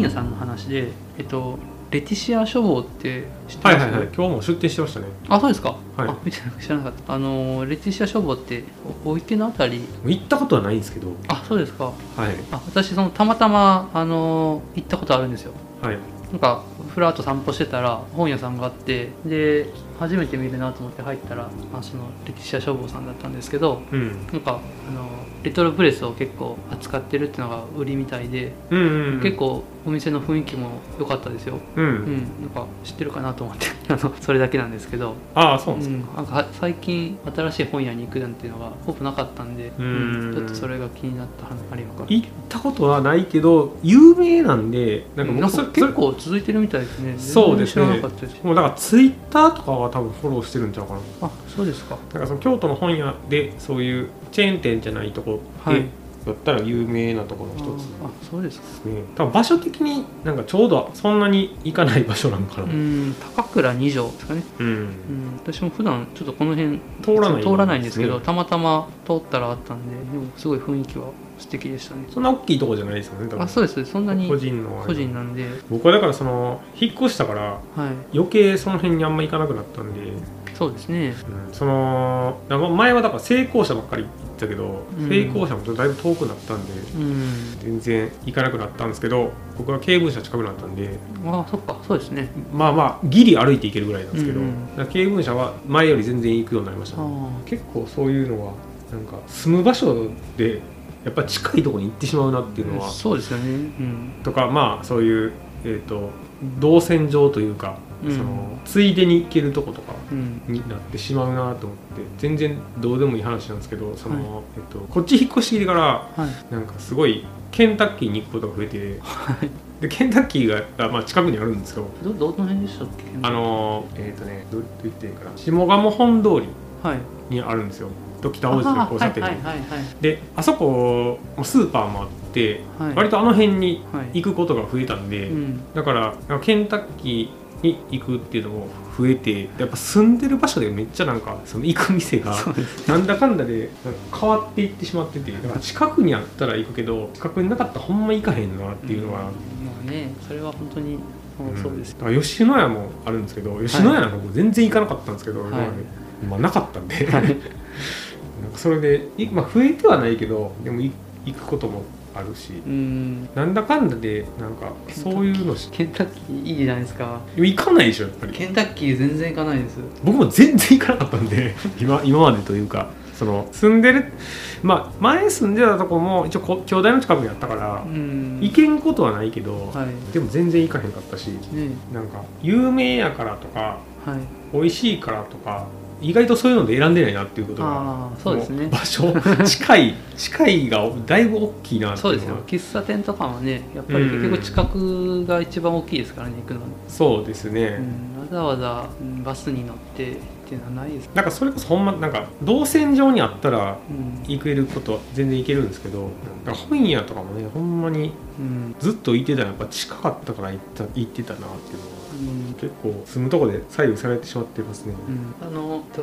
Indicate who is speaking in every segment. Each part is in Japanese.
Speaker 1: 屋さんの話で、えっと、レティシア書房って知って
Speaker 2: は
Speaker 1: ま
Speaker 2: い
Speaker 1: す、
Speaker 2: はいはい今日も出店してましたね
Speaker 1: あそうですか、
Speaker 2: はい
Speaker 1: あ見てな知らなかったあのレティシア書房っておお池のあたり
Speaker 2: 行ったことはないんですけど
Speaker 1: あそうですか
Speaker 2: はい
Speaker 1: あ私そのたまたまあの行ったことあるんですよ
Speaker 2: はい
Speaker 1: なんかふらっと散歩してたら本屋さんがあってで初めて見るなと思って入ったらあその歴史屋消防さんだったんですけど
Speaker 2: うん
Speaker 1: なんかあのレトロプレスを結構扱ってるっていうのが売りみたいで、
Speaker 2: うんうん
Speaker 1: 結構お店の雰囲気も良かったですよ、
Speaker 2: う
Speaker 1: うん
Speaker 2: ん
Speaker 1: なんか知ってるかなと思って あのそれだけなんですけど、
Speaker 2: ああそう
Speaker 1: う
Speaker 2: なんです
Speaker 1: ん、なんかは最近新しい本屋に行くなんていうのがほぼなかったんで、
Speaker 2: うん
Speaker 1: ちょっとそれが気になった話ありますか
Speaker 2: 行ったことはないけど有名なんでなんか
Speaker 1: なん
Speaker 2: 僕
Speaker 1: か
Speaker 2: それ
Speaker 1: 結構続いてるみたいですね
Speaker 2: そうですね
Speaker 1: 全然知らなかったし
Speaker 2: もうだからツイッターとかは多分フォローしてるんちゃうかな
Speaker 1: あそうですか
Speaker 2: なんかその京都の本屋でそういうチェーン店じゃないとこ
Speaker 1: は
Speaker 2: で、
Speaker 1: い
Speaker 2: だったら有名なところの一つ
Speaker 1: あそうですか
Speaker 2: ですね多分場所的になんかちょうどそんなに行かない場所なのか
Speaker 1: う
Speaker 2: な、
Speaker 1: ん高倉二条ですかね、
Speaker 2: う、
Speaker 1: うんん、私も普段ちょっとこの辺
Speaker 2: 通らない
Speaker 1: 通らないんですけど
Speaker 2: ね
Speaker 1: たまたま通ったらあったんででもすごい雰囲気は素敵でしたね
Speaker 2: そんな大きいとこじゃないですよね多分
Speaker 1: あそうですそんなに
Speaker 2: 個人のあれ
Speaker 1: 個人なんで
Speaker 2: 僕はだからその引っ越したから
Speaker 1: はい
Speaker 2: 余計その辺にあんま行かなくなったんで、
Speaker 1: そうですね
Speaker 2: うんそのなんか前はだから成功者ばっかり行ったけど、
Speaker 1: うん
Speaker 2: 成功者もだいぶ遠くなったんで
Speaker 1: うん
Speaker 2: 全然行かなくなったんですけど僕は経文社近くなったんで
Speaker 1: あそっかそうですね
Speaker 2: まあまあギリ歩いて行けるぐらいなんですけど、
Speaker 1: うん
Speaker 2: だから経文社は前より全然行くようになりました、
Speaker 1: あ
Speaker 2: ね、
Speaker 1: あ
Speaker 2: 結構そういうのはなんか住む場所でやっぱ近いところに行ってしまうなっていうのは、
Speaker 1: そうですよねうん
Speaker 2: とかまあそういう、えー、と動線上というか、
Speaker 1: うん
Speaker 2: そのついでに行けるとことか
Speaker 1: うん
Speaker 2: になってしまうなと思って全然どうでもいい話なんですけどその、えっと、こっち引っ越してきてから
Speaker 1: はい
Speaker 2: なんかすごいケンタッキーに行くことが増えて
Speaker 1: はい
Speaker 2: でケンタッキーがあ、まあ、近くにあるんですけど
Speaker 1: どどの辺でしたっけ
Speaker 2: あのえっ、とねどどう言っていいかな下鴨本通り
Speaker 1: はい
Speaker 2: にあるんですよと北
Speaker 1: あ
Speaker 2: 大路の
Speaker 1: は
Speaker 2: 交
Speaker 1: い
Speaker 2: 差
Speaker 1: はい
Speaker 2: 点に、
Speaker 1: はいはい
Speaker 2: であそこもスーパーもあって、
Speaker 1: はい
Speaker 2: 割とあの辺に
Speaker 1: はい
Speaker 2: 行くことが増えたんで、
Speaker 1: うん
Speaker 2: だからなんかケンタッキーに行くっていうのも増えてやっぱ住んでる場所でめっちゃなんかその行く店が
Speaker 1: そうです
Speaker 2: なんだかんだでなんか変わっていってしまっててだから近くにあったら行くけど近くになかったらほんま行かへんなっていうのは、
Speaker 1: んまあねそれは本当に
Speaker 2: うん
Speaker 1: そうです
Speaker 2: だから吉野家もあるんですけど吉野家なんか僕全然行かなかったんですけど、
Speaker 1: はい
Speaker 2: 今までまあ、なかったんで、
Speaker 1: はい
Speaker 2: なんかそれで、いまあ、増えてはないけどでもい行くこともあるし
Speaker 1: うん
Speaker 2: なんだかんだでなんかそういうのし
Speaker 1: ケンタッキーいいじゃないですか
Speaker 2: 行かないでしょやっぱり
Speaker 1: ケンタッキー全然行かないです
Speaker 2: 僕も全然行かなかったんで 今今までというかその住んでるまあ前住んでたとこも一応こ兄弟の近くにあったから
Speaker 1: う、ん
Speaker 2: 行けんことはないけど、
Speaker 1: はい
Speaker 2: でも全然行かへんかったし
Speaker 1: ね
Speaker 2: なんか有名やからとか
Speaker 1: はい
Speaker 2: 美味しいからとか意外とそういうので選んでないなっていうことが
Speaker 1: ああそうです
Speaker 2: もう
Speaker 1: ね
Speaker 2: 場 所近い近いがだいぶ大きいなって
Speaker 1: そう
Speaker 2: い
Speaker 1: です
Speaker 2: うの
Speaker 1: よ
Speaker 2: は
Speaker 1: 喫茶店とかはねやっぱり結局近くが一番大きいですからね行くのは、
Speaker 2: そうですね、
Speaker 1: うん、わざわざうんバスに乗ってっていうのはないです
Speaker 2: なんかそれこそほんまなんか動線上にあったら
Speaker 1: うん、
Speaker 2: 行けることは全然行けるんですけどなんか本屋とかもねほんまに
Speaker 1: うん
Speaker 2: ずっと行ってたらやっぱ近かったから行った行ってたなっていうのは
Speaker 1: うん
Speaker 2: 結構住むとこで左右されてしまってますね、
Speaker 1: うんあのと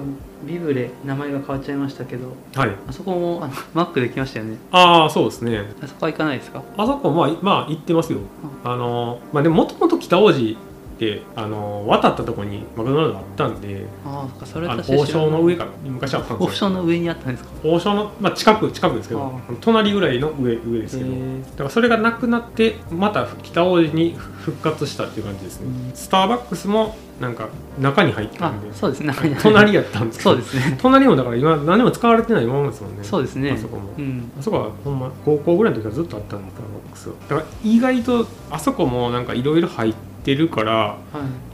Speaker 1: ビブレ名前が変わっちゃいましたけど
Speaker 2: はい
Speaker 1: あそこもあのマックできましたよね
Speaker 2: ああそうですね
Speaker 1: あそこは行かないですか
Speaker 2: あそこまあ、まあ、行ってますよあのまあでももともと北王子ってあの渡ったとこにマクドナルドがあったんで
Speaker 1: ああそっかそれ
Speaker 2: あの
Speaker 1: 私
Speaker 2: 王将の
Speaker 1: 上
Speaker 2: 上から昔あったんです
Speaker 1: 王
Speaker 2: よ
Speaker 1: 将の上にあったんですか
Speaker 2: 王将の、まあ、近く近くですけ
Speaker 1: あ
Speaker 2: ど隣ぐらいの上上ですけどだからそれがなくなってまた北王子に復活したっていう感じですね、
Speaker 1: うん
Speaker 2: スターバックスもなんか中に入ってた
Speaker 1: あ
Speaker 2: んで
Speaker 1: そうですね
Speaker 2: 隣やったんですけど
Speaker 1: そうですね
Speaker 2: 隣もだから今何も使われてないままですもんね
Speaker 1: そうですね
Speaker 2: あそこも
Speaker 1: うん
Speaker 2: あそこはほんま高校ぐらいの時はずっとあったんだからボックスはだから意外とあそこもなんかいろいろ入ってるから
Speaker 1: はい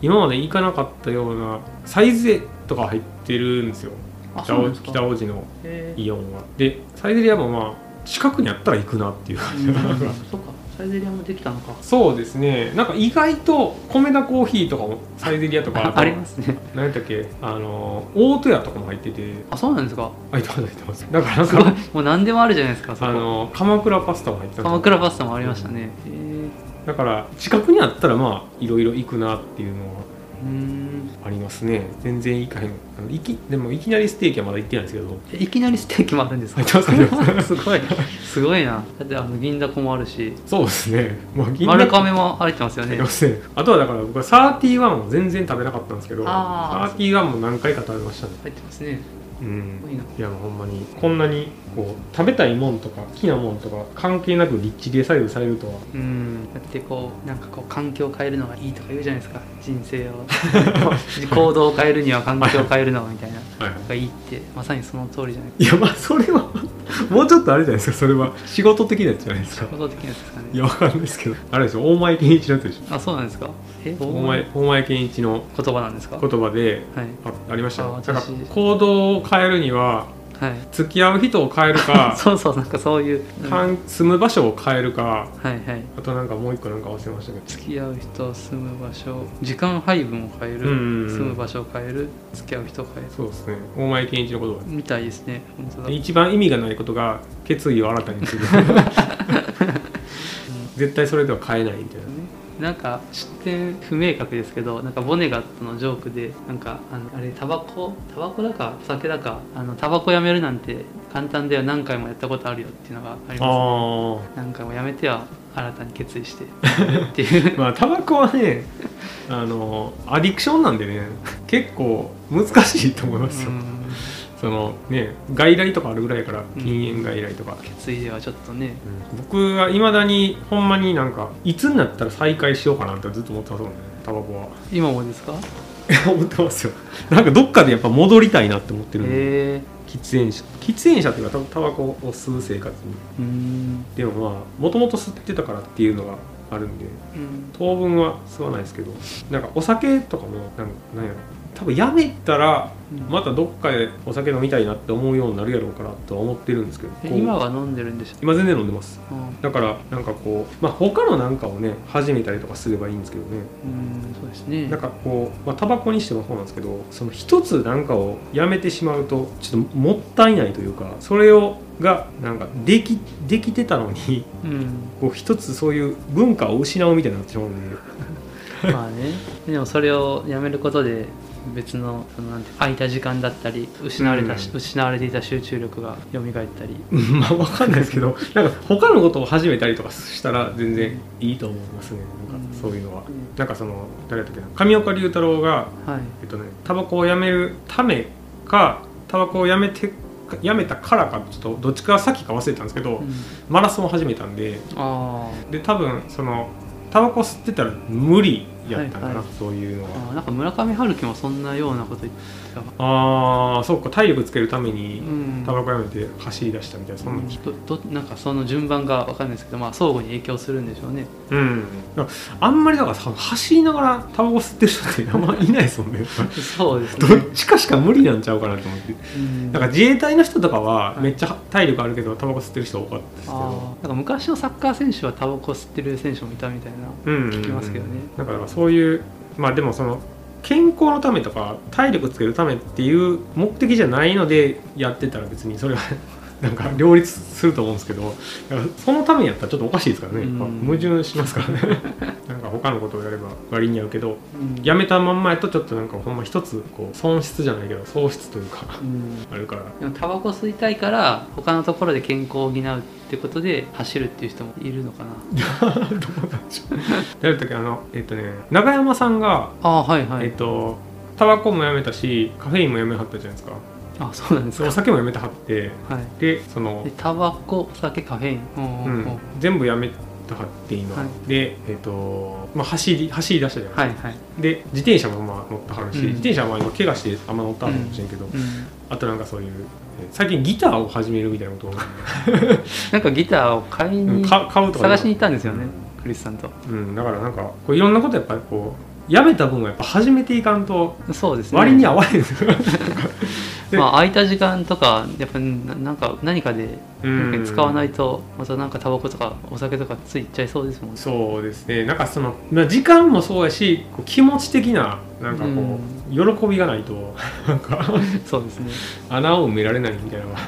Speaker 2: 今まで行かなかったようなサイズとか入ってるんですよ
Speaker 1: あ
Speaker 2: 北
Speaker 1: そうなん
Speaker 2: 大
Speaker 1: ですか
Speaker 2: 北大路の
Speaker 1: へー
Speaker 2: イオンはでサイゼリアもまあ近くにあったら行くなっていう感じ、
Speaker 1: うんそうかサイゼリアもできたのか
Speaker 2: そうですねなんか意外と米田コーヒーとかもサイゼリアとか
Speaker 1: あ
Speaker 2: と
Speaker 1: ありますね
Speaker 2: 何やったっけあの大戸屋とかも入ってて
Speaker 1: あそうなんですか
Speaker 2: あ入ってます入ってますだからなん
Speaker 1: すごい
Speaker 2: か
Speaker 1: もう何でもあるじゃないですかそ こ
Speaker 2: あの鎌倉パスタも入ってたんですよ
Speaker 1: 鎌倉パスタもありましたねへー
Speaker 2: だから近くにあったらまあいろいろ行くなっていうのは
Speaker 1: うん
Speaker 2: ありますね全然行かへんあのいきでもいきなりステーキはまだ行ってないんですけど
Speaker 1: えいきなりステーキもあるん ですか
Speaker 2: 入ってます入ってま
Speaker 1: すごいすごいなだってあの銀だこもあるし
Speaker 2: そうですね、 まあ、銀だ
Speaker 1: 丸
Speaker 2: こ
Speaker 1: 亀も歩いてますよ
Speaker 2: あり
Speaker 1: ね
Speaker 2: ますねあとはだから僕はサーティワンを全然食べなかったんですけど
Speaker 1: あー
Speaker 2: サーティワンも何回か食べましたね
Speaker 1: 入ってますね
Speaker 2: うん
Speaker 1: いいない
Speaker 2: やもうほんまにこんなにこう食べたいもんとか好きなもんとか関係なく立地で左右されるとは
Speaker 1: うんだってこうなんかこう環境を変えるのがいいとか言うじゃないですか人生 を行動を変えるには環境を変えるのがみたいな
Speaker 2: はい
Speaker 1: がいいってまさにその通りじゃない
Speaker 2: いやまあそれはもうちょっとあれじゃないですかそれは仕事的なやつじゃないですか
Speaker 1: 行動的なんですか
Speaker 2: い
Speaker 1: ね
Speaker 2: やわかんないですけどあれでしょ大前健一のやつでし
Speaker 1: あそうなんですかえ
Speaker 2: ょ大前大前健一の
Speaker 1: 言葉なんですかは
Speaker 2: 言
Speaker 1: い
Speaker 2: 葉であありました
Speaker 1: あ
Speaker 2: よだか
Speaker 1: 私
Speaker 2: ら行動を変えるには
Speaker 1: はい
Speaker 2: 付き合う人を変える か
Speaker 1: そうそうなんかそういう、うん
Speaker 2: かん住む場所を変えるか
Speaker 1: はいはい
Speaker 2: あとなんかもう一個なんか忘れましたけど
Speaker 1: 付き合う人住む場所時間配分を変える、
Speaker 2: うんうんうん
Speaker 1: 住む場所を変える付き合う人を変える
Speaker 2: そうですね大前健一の言葉
Speaker 1: みたいですね本当だ
Speaker 2: 一番意味がないことが決意を新たに する絶対それでは変えないみたいな
Speaker 1: なんか出典不明確ですけどなんかボネガットのジョークでなんかあのあれタバコタバコだかお酒だかあのタバコやめるなんて簡単だよ何回もやったことあるよっていうのがありま
Speaker 2: あ
Speaker 1: す何回もやめては新たに決意して っていう、
Speaker 2: あまあタバコはねあのアディクションなんでね結構難しいと思いますよ、
Speaker 1: うん
Speaker 2: そのね外来とかあるぐらいやから禁煙外来とか、
Speaker 1: ついではちょっとね
Speaker 2: うん僕はいまだにほんまになんかいつになったら再開しようかなってずっと思ってますもんねタバコは
Speaker 1: 今もですか
Speaker 2: 思ってますよ なんかどっかでやっぱ戻りたいなって思ってるんで、
Speaker 1: へえ
Speaker 2: 喫煙者喫煙者っていうかタタバコを吸う生活に
Speaker 1: うん
Speaker 2: でもまあもともと吸ってたからっていうのがあるんで
Speaker 1: うん
Speaker 2: 当分は吸わないですけどなんかお酒とかもなんかなんやろ多分やめたら
Speaker 1: うん
Speaker 2: またどっかでお酒飲みたいなって思うようになるやろうかなとは思ってるんですけど
Speaker 1: え
Speaker 2: こう
Speaker 1: 今は飲んでるんでしょ、
Speaker 2: 今全然飲んでます
Speaker 1: うん
Speaker 2: だからなんかこうまあ他のなんかをね始めたりとかすればいいんですけどね
Speaker 1: うんそうですね
Speaker 2: なんかこうまあタバコにしてもそうなんですけどその一つなんかをやめてしまうとちょっともったいないというかそれをがなんかできできてたのに
Speaker 1: うん
Speaker 2: こう一つそういう文化を失うみたいになってしまうので
Speaker 1: まあね でもそれをやめることで別のそのなんて空いた時間だったり失われた、
Speaker 2: うん
Speaker 1: 失われていた集中力が蘇ったり
Speaker 2: うんまあ分かんないですけどなんか他のことを始めたりとかしたら全然いいと思いますねなんかそういうのは。なんかその誰だったっけな上岡龍太郎が、
Speaker 1: はい
Speaker 2: えっとね、タバコをやめるためかタバコをやめてやめたからかちょっとどっちか先か忘れたんですけど、
Speaker 1: うん
Speaker 2: マラソンを始めたんで
Speaker 1: あ
Speaker 2: で多分そのタバコ吸ってたら無理やったんかな、
Speaker 1: はいはい
Speaker 2: そういうの
Speaker 1: ー
Speaker 2: は。
Speaker 1: あーなんか村上春樹もそんなようなこと言ってたわ
Speaker 2: あーそうか体力つけるため
Speaker 1: う
Speaker 2: に
Speaker 1: ん
Speaker 2: タバコやめて走り出したみたいなそんな
Speaker 1: どどなんかその順番がわかんないですけど、まあ、相互に影響するんでしょうね
Speaker 2: うん、あんまりだからさ走りながらタバコ吸ってる人ってあんまいないですもん ね
Speaker 1: そうですね
Speaker 2: どっちかしか無理なんちゃうかなと思って
Speaker 1: うん
Speaker 2: なんか自衛隊の人とかは
Speaker 1: はい
Speaker 2: めっちゃ体力あるけどタバコ吸ってる人多かったですけ
Speaker 1: あ
Speaker 2: ど
Speaker 1: ーなんか昔のサッカー選手はタバコ吸ってる選手もいたみたいな
Speaker 2: うん
Speaker 1: 聞きますけどね
Speaker 2: だからそういうまあでもその健康のためとか体力つけるためっていう目的じゃないのでやってたら別にそれは なんか両立すると思うんですけどだからそのためにやったらちょっとおかしいですからねやっぱ
Speaker 1: うん
Speaker 2: 矛盾しま すからねなんか他のことをやれば割に合うけど
Speaker 1: うん
Speaker 2: やめたまんまやとちょっとなんかほんま一つこう損失じゃないけど喪失というか
Speaker 1: うん
Speaker 2: あるから
Speaker 1: でもタバコ吸いたいから他のところで健康を補うってことで走るっていう人もいるのかな
Speaker 2: 誰だったっけあのえっ、とね永山さんが、
Speaker 1: あーはいは
Speaker 2: え
Speaker 1: い、
Speaker 2: っ、とタバコもやめたしカフェインもやめはったじゃないですか
Speaker 1: あそうなんです
Speaker 2: お
Speaker 1: か
Speaker 2: 酒もやめてはって
Speaker 1: はい
Speaker 2: でその
Speaker 1: で、タバコお酒カフェインうん
Speaker 2: う
Speaker 1: うんうん
Speaker 2: ん、全部やめてはって今、
Speaker 1: は
Speaker 2: でえっ、と、まあ、走り走り出したじゃないですか、
Speaker 1: はいはい、
Speaker 2: で自転車もまあ乗ってはるし、
Speaker 1: うん
Speaker 2: 自転車はまあ今怪我してあんま乗ったはるかもしれんけど、
Speaker 1: うん、
Speaker 2: あとなんかそういうえ最近ギターを始めるみたいなことを
Speaker 1: なんかギターを買いに
Speaker 2: か買うとか
Speaker 1: 探しに行ったんですよねクリスさんと
Speaker 2: うん、だからなんかこういろんなことやっぱりこうやめた分はやっぱ始めていかんと
Speaker 1: そうですね
Speaker 2: 割に合わないですよ、で
Speaker 1: まあ空いた時間とかやっぱななんか何かで
Speaker 2: うん
Speaker 1: 使わないとまたなんかタバコとかお酒とかついちゃいそうですもんね
Speaker 2: そうですねなんかその、まあ、時間もそうやしこう気持ち的ななんかこう、喜びがないとなんか
Speaker 1: そうですね
Speaker 2: 穴を埋められないみたいなのが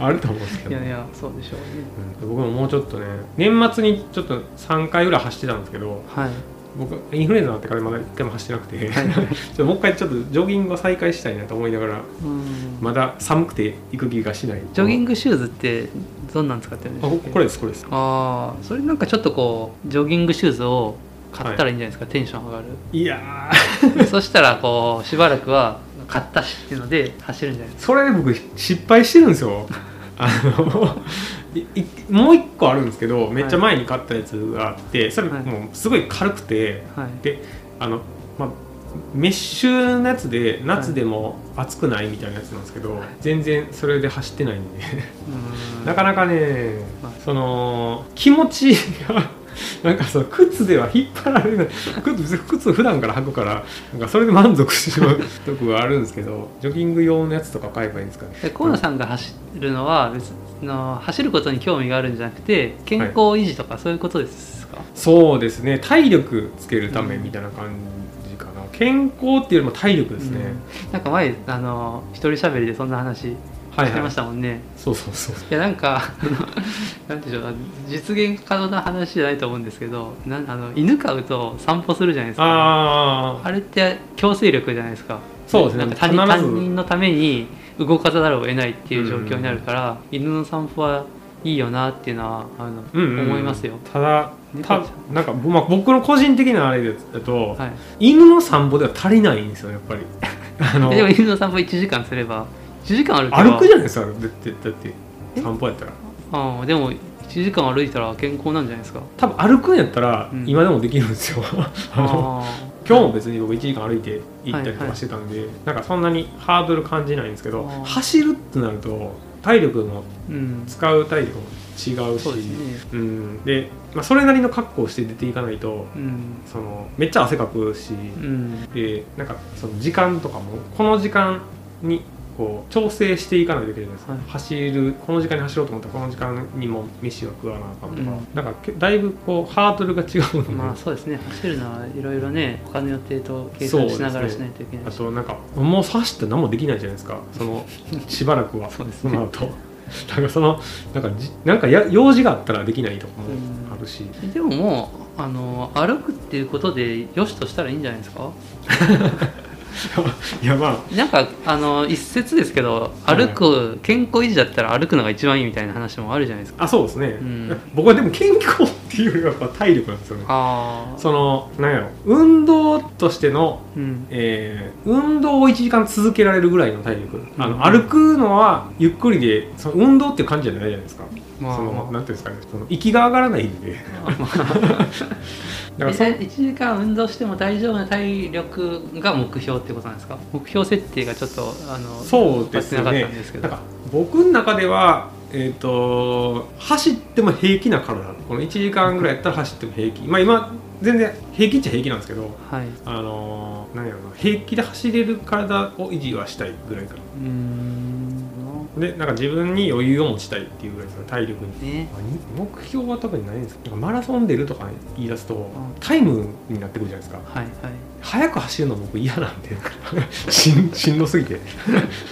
Speaker 2: あると思うんです
Speaker 1: い
Speaker 2: けど、
Speaker 1: やいやそうでしょうね
Speaker 2: うん僕ももうちょっとね年末にちょっと3回ぐらい走ってたんですけど
Speaker 1: はい
Speaker 2: 僕インフルエンザになってからまだ一回も走ってなくて、 ちょっともう一回ちょっとジョギングを再開したいなと思いながら
Speaker 1: うん
Speaker 2: まだ寒くて行く気がしない
Speaker 1: ジョギン
Speaker 2: グ
Speaker 1: グシューズってどんなん使ってるんで
Speaker 2: あ
Speaker 1: す
Speaker 2: こ
Speaker 1: か
Speaker 2: これですこれです
Speaker 1: ああそれなんかちょっとこうジョギングシューズを買ったらいいんじゃないですか、テンション上がる
Speaker 2: いや
Speaker 1: そしたらこうしばらくは買ったしっていうので走るんじゃない
Speaker 2: ーそれ僕失敗してるんです よあのいいもう一個あるんですけどめっちゃ前に買ったやつがあってそれ
Speaker 1: はい
Speaker 2: もうすごい軽くて、
Speaker 1: ですか、はい、
Speaker 2: であの、まあ、メッシュのやつで夏でも暑くないみたいなやつなんですけど、全然それで走ってないん で
Speaker 1: うん
Speaker 2: なかなかね
Speaker 1: はい
Speaker 2: その気持ちが なんかその靴では引っ張られない靴靴普段から履くからなんかそれで満足してしまう とこがあるんですけどジョギング用のやつとか買えばいいんですかね
Speaker 1: で河野さんが走るのは別の走ることに興味があるんじゃなくて健康維持とかそういうことですか、
Speaker 2: そうですね体力つけるためみたいな感じかな、健康っていうよりも体力ですね、
Speaker 1: うんなんか前あの一人喋りでそんな話
Speaker 2: はい
Speaker 1: して
Speaker 2: は
Speaker 1: ま
Speaker 2: い
Speaker 1: したもんね、
Speaker 2: そうそうそう
Speaker 1: いやなんかあのなんでしょう実現可能な話じゃないと思うんですけどなんあの犬飼うと散歩するじゃないですかあ
Speaker 2: ああ
Speaker 1: れって強制力じゃないですか
Speaker 2: そうです
Speaker 1: な
Speaker 2: ね
Speaker 1: んか他人他
Speaker 2: 必ず
Speaker 1: 人のために動かざるを得ないっていう状況になるから、犬の散歩はいいよなっていうのはあの、
Speaker 2: うんうんうん
Speaker 1: 思いますよ
Speaker 2: ただ
Speaker 1: 猫
Speaker 2: た
Speaker 1: ち
Speaker 2: なんか、まあ、僕の個人的なあれだと、
Speaker 1: はい
Speaker 2: 犬の散歩では足りないんですよやっ ぱりあの
Speaker 1: えでも犬の散歩1時間すれば1時間歩けば
Speaker 2: 歩くじゃないですかだってだって
Speaker 1: え
Speaker 2: 散歩やったら
Speaker 1: ああでも1時間歩いたら健康なんじゃないですか
Speaker 2: 多分歩くんやったら、
Speaker 1: うん
Speaker 2: 今でもできるんです よあの
Speaker 1: あ
Speaker 2: 今日も別に僕1時間歩いて行ったりと
Speaker 1: はいは
Speaker 2: か
Speaker 1: い
Speaker 2: してたんで、なんかそんなにハードル感じないんですけど
Speaker 1: あー
Speaker 2: 走るってなると体力も
Speaker 1: あうん
Speaker 2: 使う体力も違うし
Speaker 1: そうですね
Speaker 2: うんでまあ、それなりの格好をして出ていかないと
Speaker 1: うん
Speaker 2: そのめっちゃ汗かくし、
Speaker 1: うん
Speaker 2: でなんかその時間とかもこの時間にこう調整していかないといけないじゃないですか、
Speaker 1: はい
Speaker 2: 走るこの時間に走ろうと思ったらこの時間にも飯は食わなあかんとか、
Speaker 1: うん
Speaker 2: なんかけだいぶこうハードルが違うので、
Speaker 1: まあそうですね走るのはいろいろね他の予定と計算しながらしないといけな
Speaker 2: あ
Speaker 1: いし、
Speaker 2: となんかもう走って何もできないじゃないですか そのしばらくは
Speaker 1: そうです
Speaker 2: そ
Speaker 1: ね
Speaker 2: の後 なんかそのなんかじなんかや用事があったらできないとかもあるし、
Speaker 1: でももうあの歩くっていうことでよしとしたらいいんじゃないですか
Speaker 2: いやまあ
Speaker 1: なんかあの一説ですけど
Speaker 2: はい
Speaker 1: 歩く健康維持だったら歩くのが一番いいみたいな話もあるじゃないですか
Speaker 2: あそうですね、
Speaker 1: ん
Speaker 2: 僕はでも健康っていうよりはやっぱ体力なんですよね
Speaker 1: ああ
Speaker 2: そのなんやろ運動としての、
Speaker 1: うん
Speaker 2: えー運動を1時間続けられるぐらいの体力、あ
Speaker 1: う
Speaker 2: の
Speaker 1: ん
Speaker 2: 歩くのはゆっくりでその運動っていう感じじゃないじゃないですか、
Speaker 1: まあ
Speaker 2: そ
Speaker 1: まあ
Speaker 2: のなんていうんですかねその息が上がらないん でだからそ
Speaker 1: え1時間運動しても大丈夫な体力が目標ってことなんですか目標設定がちょっとあの
Speaker 2: そうです
Speaker 1: なかった
Speaker 2: ね
Speaker 1: んですけ
Speaker 2: な
Speaker 1: ど
Speaker 2: んか僕の中ではえー、と走っても平気な体この1時間ぐらいやったら走っても平気まあ今全然平気っちゃ平気なんですけど
Speaker 1: はい
Speaker 2: あのー、なんやろな平気で走れる体を維持はしたいぐらいかな
Speaker 1: うーん
Speaker 2: でなんか自分に余裕を持ちたいっていうぐらいですね体力に。
Speaker 1: ね
Speaker 2: まあに目標は特にないんですけどなんかマラソン出るとか言い出すと
Speaker 1: ん
Speaker 2: タイムになってくるじゃないですか
Speaker 1: はいはい
Speaker 2: 早く走るの僕嫌なんで しんしんどすぎて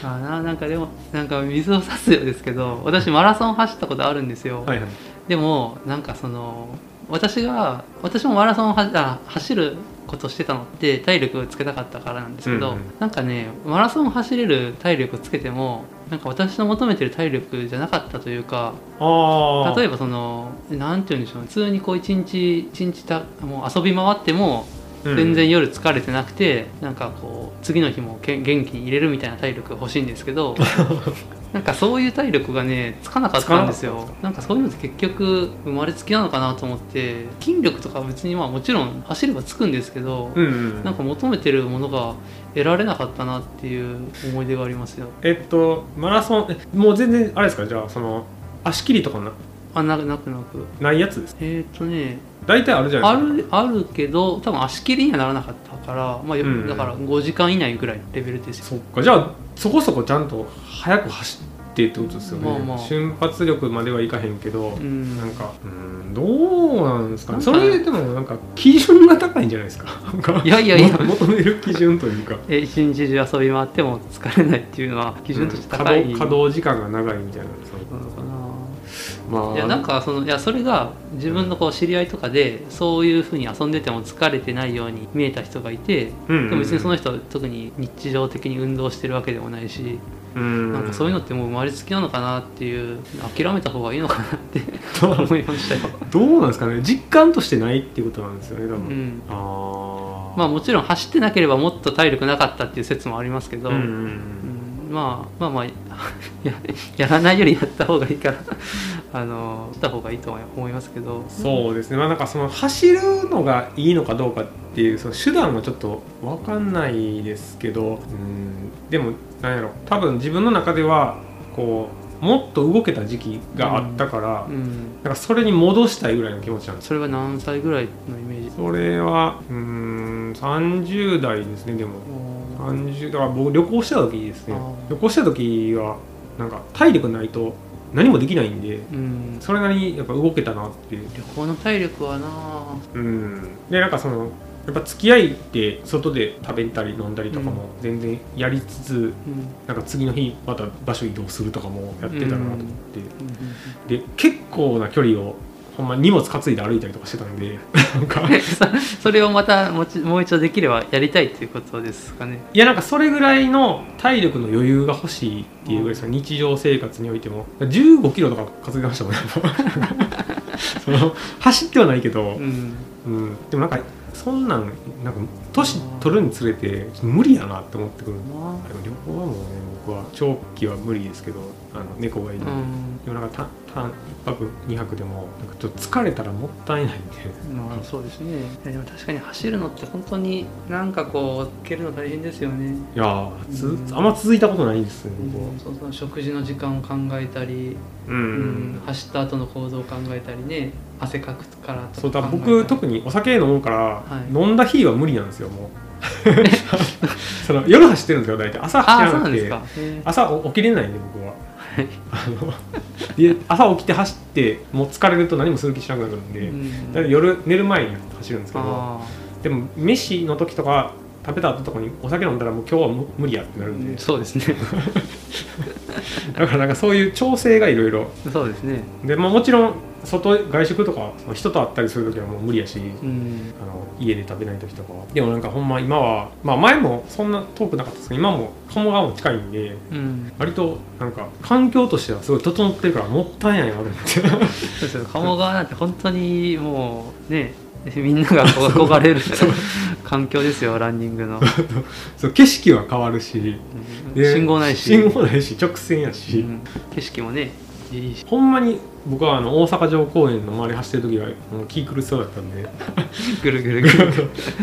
Speaker 1: あーななんかでもなんか水を差すようですけど私マラソン走ったことあるんですよ、
Speaker 2: はいはい
Speaker 1: でもなんかその私が私もマラソンをはあ走ることしてたのって体力をつけたかったからなんですけど、
Speaker 2: うんうん
Speaker 1: なんかねマラソン走れる体力をつけてもなんか私の求めてる体力じゃなかったというか
Speaker 2: ああ
Speaker 1: 例え
Speaker 2: ば
Speaker 1: ばそのなんて言うんでしょう普通にこう一日一日たもう遊び回っても全然夜疲れてなくて、なんかこう次の日もけん元気に入れるみたいな体力が欲しいんですけ どなんかそういう体力がねつかなかったんです
Speaker 2: つかな
Speaker 1: よ
Speaker 2: かっ
Speaker 1: なんかそういうのって結局生まれつきなのかなと思って筋力とか別にまあもちろん走ればつくんですけど、
Speaker 2: うん、うんうん、
Speaker 1: なんか求めてるものが得られなかったなっていう思い出がありますよ
Speaker 2: えっとマラソンえもう全然あれですかじゃあその足切りとかな
Speaker 1: あななくなく
Speaker 2: ないやつです
Speaker 1: えーっとね
Speaker 2: 大体あるじゃない
Speaker 1: あ
Speaker 2: ですか
Speaker 1: るあるけど多分足切りにはならなかったから、まあ、よ
Speaker 2: うん
Speaker 1: だから5時間以内ぐらいのレベルですよ
Speaker 2: そっかじゃあそこそこちゃんと速く走ってってことですよね、
Speaker 1: まあまあ
Speaker 2: 瞬発力まではいかへんけど、
Speaker 1: ん
Speaker 2: なんかうんどうなんですか
Speaker 1: なん
Speaker 2: ね
Speaker 1: か
Speaker 2: それでもなんか基準が高いんじゃないですか なんか
Speaker 1: いやいやいや
Speaker 2: も求める基準というか
Speaker 1: え一日中遊び回っても疲れないっていうのは基準として高い、
Speaker 2: うん稼働稼働時間が長いみたいなその
Speaker 1: なのかな
Speaker 2: まあ
Speaker 1: いやなんかそのいやそれが自分のこう知り合いとかでそういうふうに遊んでても疲れてないように見えた人がいて
Speaker 2: うんうん
Speaker 1: でも別にその人は特に日常的に運動してるわけでもないし
Speaker 2: うん
Speaker 1: なんかそういうのってもう生まれつきなのかなっていう諦めた方がいいのかなって思いましたよ。
Speaker 2: どうなんですかね実感としてないっていうことなんですよね多
Speaker 1: う
Speaker 2: 分、
Speaker 1: ん
Speaker 2: ああ
Speaker 1: まあもちろん走ってなければもっと体力なかったっていう説もありますけど、
Speaker 2: うんうん
Speaker 1: うんまあまあまあ ややらないよ りやった方がいいからあのした方がいいとは思いますけど
Speaker 2: そうですねまあなんかその走るのがいいのかどうかっていうその手段はちょっと分かんないですけどうんでもなんやろ多分自分の中ではこうもっと動けた時期があったから、
Speaker 1: うん、
Speaker 2: なんかそれに戻したいぐらいの気持ちなんです
Speaker 1: それは何歳ぐらいのイメージ
Speaker 2: それはうん30代ですねでも
Speaker 1: おー
Speaker 2: 30だから僕旅行した時ですね
Speaker 1: あー
Speaker 2: 旅行した時はなんか体力ないと何もできないんで
Speaker 1: うん
Speaker 2: それなりにやっぱ動けたなっていう
Speaker 1: 旅行の体力はなあ
Speaker 2: うんでなんかそのやっぱ付き合いって外で食べたり飲んだりとかも全然やりつつ、
Speaker 1: うんうん
Speaker 2: なんか次の日また場所移動するとかもやってたなと思って、
Speaker 1: うん
Speaker 2: で結構な距離をほんま荷物担いで歩いたりとかしてたんでなん か
Speaker 1: うんそそれをまたもちもう一度できればやりたいっていうことですかね
Speaker 2: いやなんかそれぐらいの体力の余裕が欲しいっていうぐらいですね日常生活においても1 5キロとか担いでましたもんね その走ってはないけど
Speaker 1: う、ん
Speaker 2: うん、でもなんかそんなんなんか年取るにつれて無理やなって思ってくる
Speaker 1: ま
Speaker 2: でも旅行はもうね僕は長期は無理ですけどあの猫がいる
Speaker 1: あ
Speaker 2: の
Speaker 1: う
Speaker 2: で、
Speaker 1: ん
Speaker 2: でもなんかたた1泊2泊でもなんかちょっと疲れたらもったいないんで
Speaker 1: まあそうですねいやでも確かに走るのって本当になんかこう蹴るの大変ですよね
Speaker 2: いやーつ
Speaker 1: うん
Speaker 2: あんま続いたことないですね僕は
Speaker 1: そうそう食事の時間を考えたり、
Speaker 2: うん、
Speaker 1: うん走った後の行動を考えたりね汗かくからとか
Speaker 2: そうだから僕
Speaker 1: 特
Speaker 2: 特にお酒飲むから、
Speaker 1: い
Speaker 2: 飲んだ日は無理なんですよもう その夜走ってるんですよ大体朝走
Speaker 1: ああ
Speaker 2: ら
Speaker 1: そう
Speaker 2: な
Speaker 1: なん
Speaker 2: く
Speaker 1: です
Speaker 2: て
Speaker 1: かへ
Speaker 2: 朝お起きれないんで僕はあので朝起きて走ってもう疲れると何もする気しなくなるん
Speaker 1: え
Speaker 2: で、
Speaker 1: うん
Speaker 2: だから夜寝る前に走るんですけど
Speaker 1: あ
Speaker 2: でも飯の時とか食べた後とかにお酒飲んだらもう今日はもう無理やってな
Speaker 1: あ
Speaker 2: るんで、
Speaker 1: そうですね
Speaker 2: だからなんかそういう調整がいろいろ
Speaker 1: そうですね
Speaker 2: で、まあ、もちろん外外食とかその人と会ったりする時はもう無理やし、
Speaker 1: うん
Speaker 2: あの家で食べない時とかはでもなんかほんま今は、まあ、前もそんな遠くなかったですけど今も鴨川も近いんで
Speaker 1: うん、
Speaker 2: 割となんか環境としてはすごい整ってるからもったいないなと思っ て
Speaker 1: そうですよ鴨川なんて本当にもうねみんな がこう憧れる環境ですよランニングの、
Speaker 2: そう景色は変わるし
Speaker 1: うん
Speaker 2: で
Speaker 1: 信号ないし
Speaker 2: 信号ないし直線やし、
Speaker 1: うん景色もねいいし
Speaker 2: ほんまに僕はあの大阪城公園の周り走ってる時はもう気狂いそうだったんで
Speaker 1: ぐるぐるぐる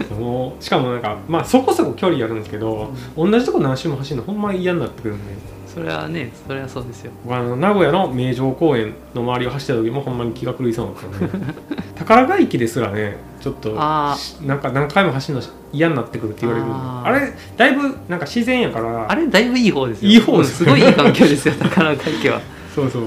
Speaker 2: もうしかもなんかまあそこそこ距離あるんですけど、同じとこ何周も走るのほんま嫌になってくるんで
Speaker 1: それはねそれはそうですよ
Speaker 2: 僕はあの名古屋の名城公園の周りを走ってた時もほんまに気が狂いそうだった んで宝ヶ池ですらねちょっと
Speaker 1: あー
Speaker 2: しなんか何回も走るの嫌になってくるって言われる
Speaker 1: あ
Speaker 2: あ
Speaker 1: ー
Speaker 2: れだいぶなんか自然やから
Speaker 1: あれだいぶいい方ですよ。
Speaker 2: いい方です
Speaker 1: うんごいいい環境ですよ、宝ヶ池は。
Speaker 2: そうそう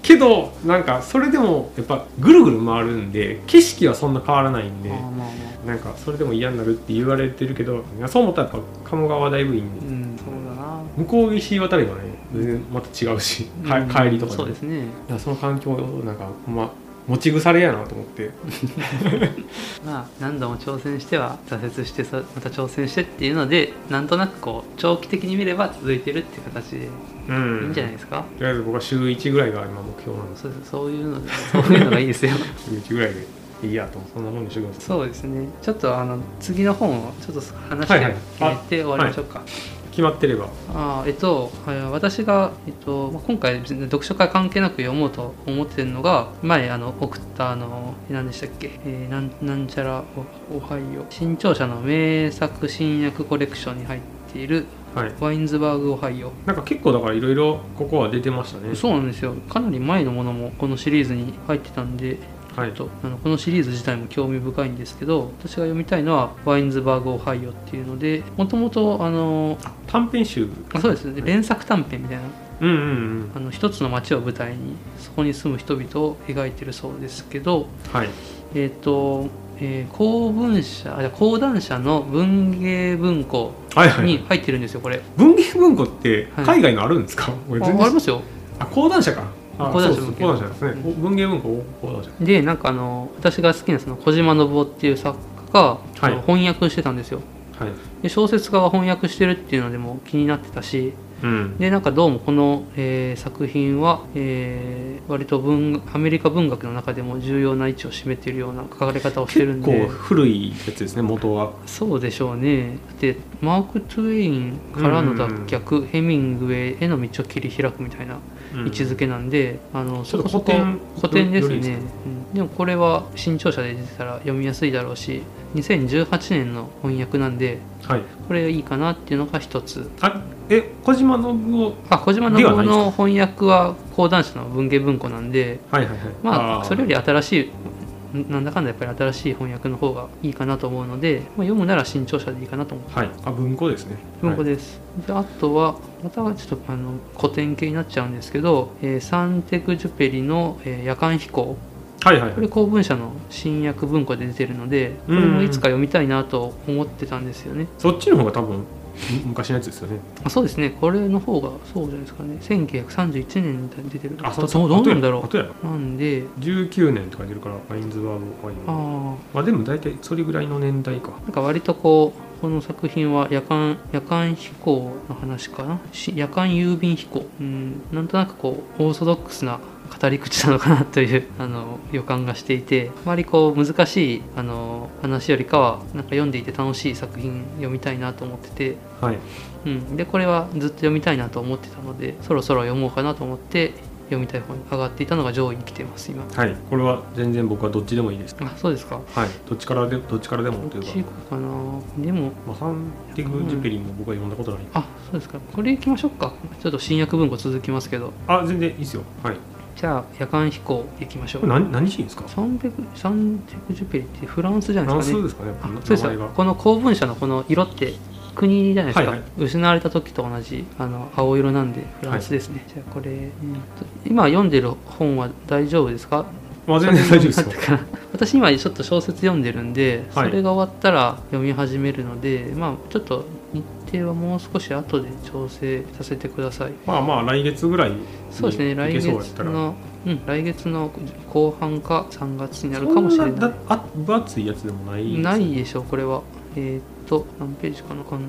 Speaker 2: けどなんかそれでもやっぱぐるぐる回るんで景色はそんな変わらないんで
Speaker 1: まあまあまあ
Speaker 2: なんかそれでも嫌になるって言われてるけどいやそう思ったらやっぱ鴨川はだいぶいいん
Speaker 1: う
Speaker 2: で
Speaker 1: ん、そうだな。
Speaker 2: 向こう岸渡ればね全然また違うし、か
Speaker 1: うん
Speaker 2: 帰りとか
Speaker 1: そうですね。
Speaker 2: いやその環境なんかほんま持ち腐れやなと思って
Speaker 1: まあ、何度も挑戦しては挫折してさまた挑戦してっていうのでなんとなくこう長期的に見れば続いてるっていう形でい
Speaker 2: うん
Speaker 1: いんじゃないですか、
Speaker 2: とりあえず僕は週1ぐらいが今目標なんです
Speaker 1: そうですそういうのそういうのがいいです よ
Speaker 2: 週1ぐらいでいいやとそんなもんにしてください
Speaker 1: そうですねちょっとあの次の本をちょっと話して
Speaker 2: はいはい
Speaker 1: 決めて終わりましょうか、
Speaker 2: 決まってれば
Speaker 1: あーえっと、えー私が、えっと、まあ今回別に読書会関係なく読もうと思ってるのが前あの送ったあのえー何でしたっけ、えーなんなんちゃらおおはよう新潮社の名作新訳コレクションに入っている
Speaker 2: はい
Speaker 1: ワインズバーグ・オハイオ、
Speaker 2: なんか結構だからいろいろここは出てましたね
Speaker 1: そうなんですよかなり前のものもこのシリーズに入ってたんで
Speaker 2: はい
Speaker 1: えっとあのこのシリーズ自体も興味深いんですけど私が読みたいのは「ワインズバーグ・オハイオ」っていうのでもともとあの
Speaker 2: 短編集
Speaker 1: あそうですね連作短編みたいな
Speaker 2: うんうんうん
Speaker 1: あの一つの町を舞台にそこに住む人々を描いてるそうですけど、
Speaker 2: はい
Speaker 1: えーとえー公文社あいや講談社の文芸文庫
Speaker 2: はいは
Speaker 1: に
Speaker 2: い
Speaker 1: 入ってるんですよこれ。
Speaker 2: 文芸文庫って
Speaker 1: はい
Speaker 2: 海外のあるんですか、俺
Speaker 1: あ
Speaker 2: 全
Speaker 1: あり
Speaker 2: 然
Speaker 1: ますよ
Speaker 2: あ講談社かあ
Speaker 1: 講談社
Speaker 2: そう
Speaker 1: 文
Speaker 2: そう講談
Speaker 1: 系
Speaker 2: 社ですね、お文芸文庫講談社
Speaker 1: でなんかあの私が好きなその小島信夫っていう作家がその翻訳してたんですよ、
Speaker 2: はい
Speaker 1: で小説家が翻訳してるっていうのでも気になってたし
Speaker 2: うん
Speaker 1: でなんかどうもこの、えー作品は、えー割と文アメリカ文学の中でも重要な位置を占めているような書かれ方をしてるん
Speaker 2: 結
Speaker 1: で
Speaker 2: 構古いやつですね元は
Speaker 1: そうでしょうねだってマーク・トゥエインからの脱却、ヘミングウェイへの道を切り開くみたいな
Speaker 2: うん
Speaker 1: 位置づけなんで、あの
Speaker 2: ち
Speaker 1: そ
Speaker 2: ょっ
Speaker 1: ことそ
Speaker 2: 古
Speaker 1: こ
Speaker 2: 典
Speaker 1: 古典です
Speaker 2: よりで
Speaker 1: ね
Speaker 2: すか
Speaker 1: うんでもこれは新潮社で出てたら読みやすいだろうし2018年の翻訳なんで
Speaker 2: はい
Speaker 1: これいいかなっていうのが一つ
Speaker 2: あえ小島信夫
Speaker 1: あ小島信
Speaker 2: ではな
Speaker 1: 夫
Speaker 2: いですか
Speaker 1: の翻訳は講談社の文芸文庫なんで
Speaker 2: はいはいはい
Speaker 1: まあ
Speaker 2: ー
Speaker 1: それより新しいんなんだかんだやっぱり新しい翻訳の方がいいかなと思うので、まあ、読むなら新潮社でいいかなと思う
Speaker 2: はいあ文庫ですね
Speaker 1: 文庫
Speaker 2: で、
Speaker 1: です、であとはまたちょっとあの古典系になっちゃうんですけど、えーサンテクジュペリの、えー夜間飛行
Speaker 2: はい、はいはい
Speaker 1: こ
Speaker 2: は
Speaker 1: れ
Speaker 2: い
Speaker 1: 公文社の新訳文庫で出てるのでこれもいつか読みたいなと思ってたんですよね、
Speaker 2: そっちの方が多分む昔のやつですよね
Speaker 1: あそうですねこれの方がそうじゃないですかね1931年に出てる
Speaker 2: あ
Speaker 1: ど
Speaker 2: っ
Speaker 1: うどうなんだろ
Speaker 2: あとやろ
Speaker 1: うなんで
Speaker 2: 19年とか出るからラインズバーグは今
Speaker 1: あ
Speaker 2: まあでも大体それぐらいの年代か
Speaker 1: あなんか割とこうこの作品は夜間夜間飛行の話かなし夜間郵便飛行うんなんとなくこうオーソドックスな語り口なのかなという あの予感がしていてあまりこう難しいあの話よりかはなんか読んでいて楽しい作品読みたいなと思ってて
Speaker 2: はい
Speaker 1: うん、でこれはずっと読みたいなと思ってたのでそろそろ読もうかなと思って読みたい方に上がっていたのが上位に来てます今
Speaker 2: はいこれは全然僕はどっちでもいいです
Speaker 1: あそうですか
Speaker 2: はいどっちからでどっちからでも
Speaker 1: どっ
Speaker 2: というか
Speaker 1: ち行こうかなでも
Speaker 2: まあ、サンテグジュペリも僕は読んだことない、
Speaker 1: あそうですかこれ行きましょうかちょっと新訳文庫続きますけど
Speaker 2: あ全然いいですよはい
Speaker 1: じゃあ夜間飛行行きましょ
Speaker 2: これ
Speaker 1: う
Speaker 2: 何何シーンですか
Speaker 1: サンペクサンテクジュペリってフランスじゃ
Speaker 2: フ
Speaker 1: ない
Speaker 2: ラ
Speaker 1: ですか
Speaker 2: ンス
Speaker 1: ね
Speaker 2: ですかね
Speaker 1: あ
Speaker 2: 名
Speaker 1: そうです
Speaker 2: 前
Speaker 1: よ
Speaker 2: が
Speaker 1: この公文社のこの色って国じゃないですか、
Speaker 2: はいはい
Speaker 1: 失われた時と同じあの青色なんでフランスですね、じゃあこれ、うんと今読んでる本は大丈夫ですか
Speaker 2: まあ全然大丈夫ですよ
Speaker 1: だから 私今ちょっと小説読んでるんで、
Speaker 2: はい
Speaker 1: それが終わったら読み始めるのでまあちょっと日程はもう少し後で調整させてください
Speaker 2: まあまあ来月ぐらいに
Speaker 1: そうですね
Speaker 2: 行
Speaker 1: 来
Speaker 2: け
Speaker 1: 月
Speaker 2: そうやったら
Speaker 1: のうん来月の後半か3月になるかもしれ
Speaker 2: そん
Speaker 1: な
Speaker 2: だあ分厚いやつでもない
Speaker 1: い
Speaker 2: です
Speaker 1: ないでしょうこれはえーっと何ページかなこの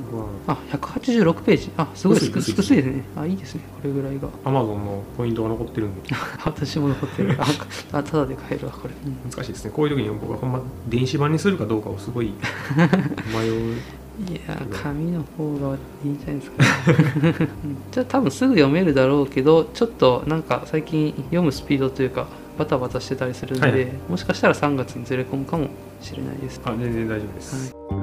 Speaker 2: ま
Speaker 1: あ186ページあすごい
Speaker 2: 薄い
Speaker 1: 少
Speaker 2: 薄い
Speaker 1: 薄いですねあいいですねこれぐらいが
Speaker 2: あ Amazon のポイントが残ってるんで
Speaker 1: 私も残ってるああただで買えるわこれ、うん
Speaker 2: 難しいですねこういう時に僕はほんま電子版にするかどうかをすごい迷う
Speaker 1: いやー紙の方がいいんじゃないですか、 うんじゃあ多分すぐ読めるだろうけどちょっとなんか最近読むスピードというかバタバタしてたりするんで、
Speaker 2: はいはい
Speaker 1: もしかしたら3月にずれ込むかもしれないです
Speaker 2: あ全然大丈夫です、
Speaker 1: は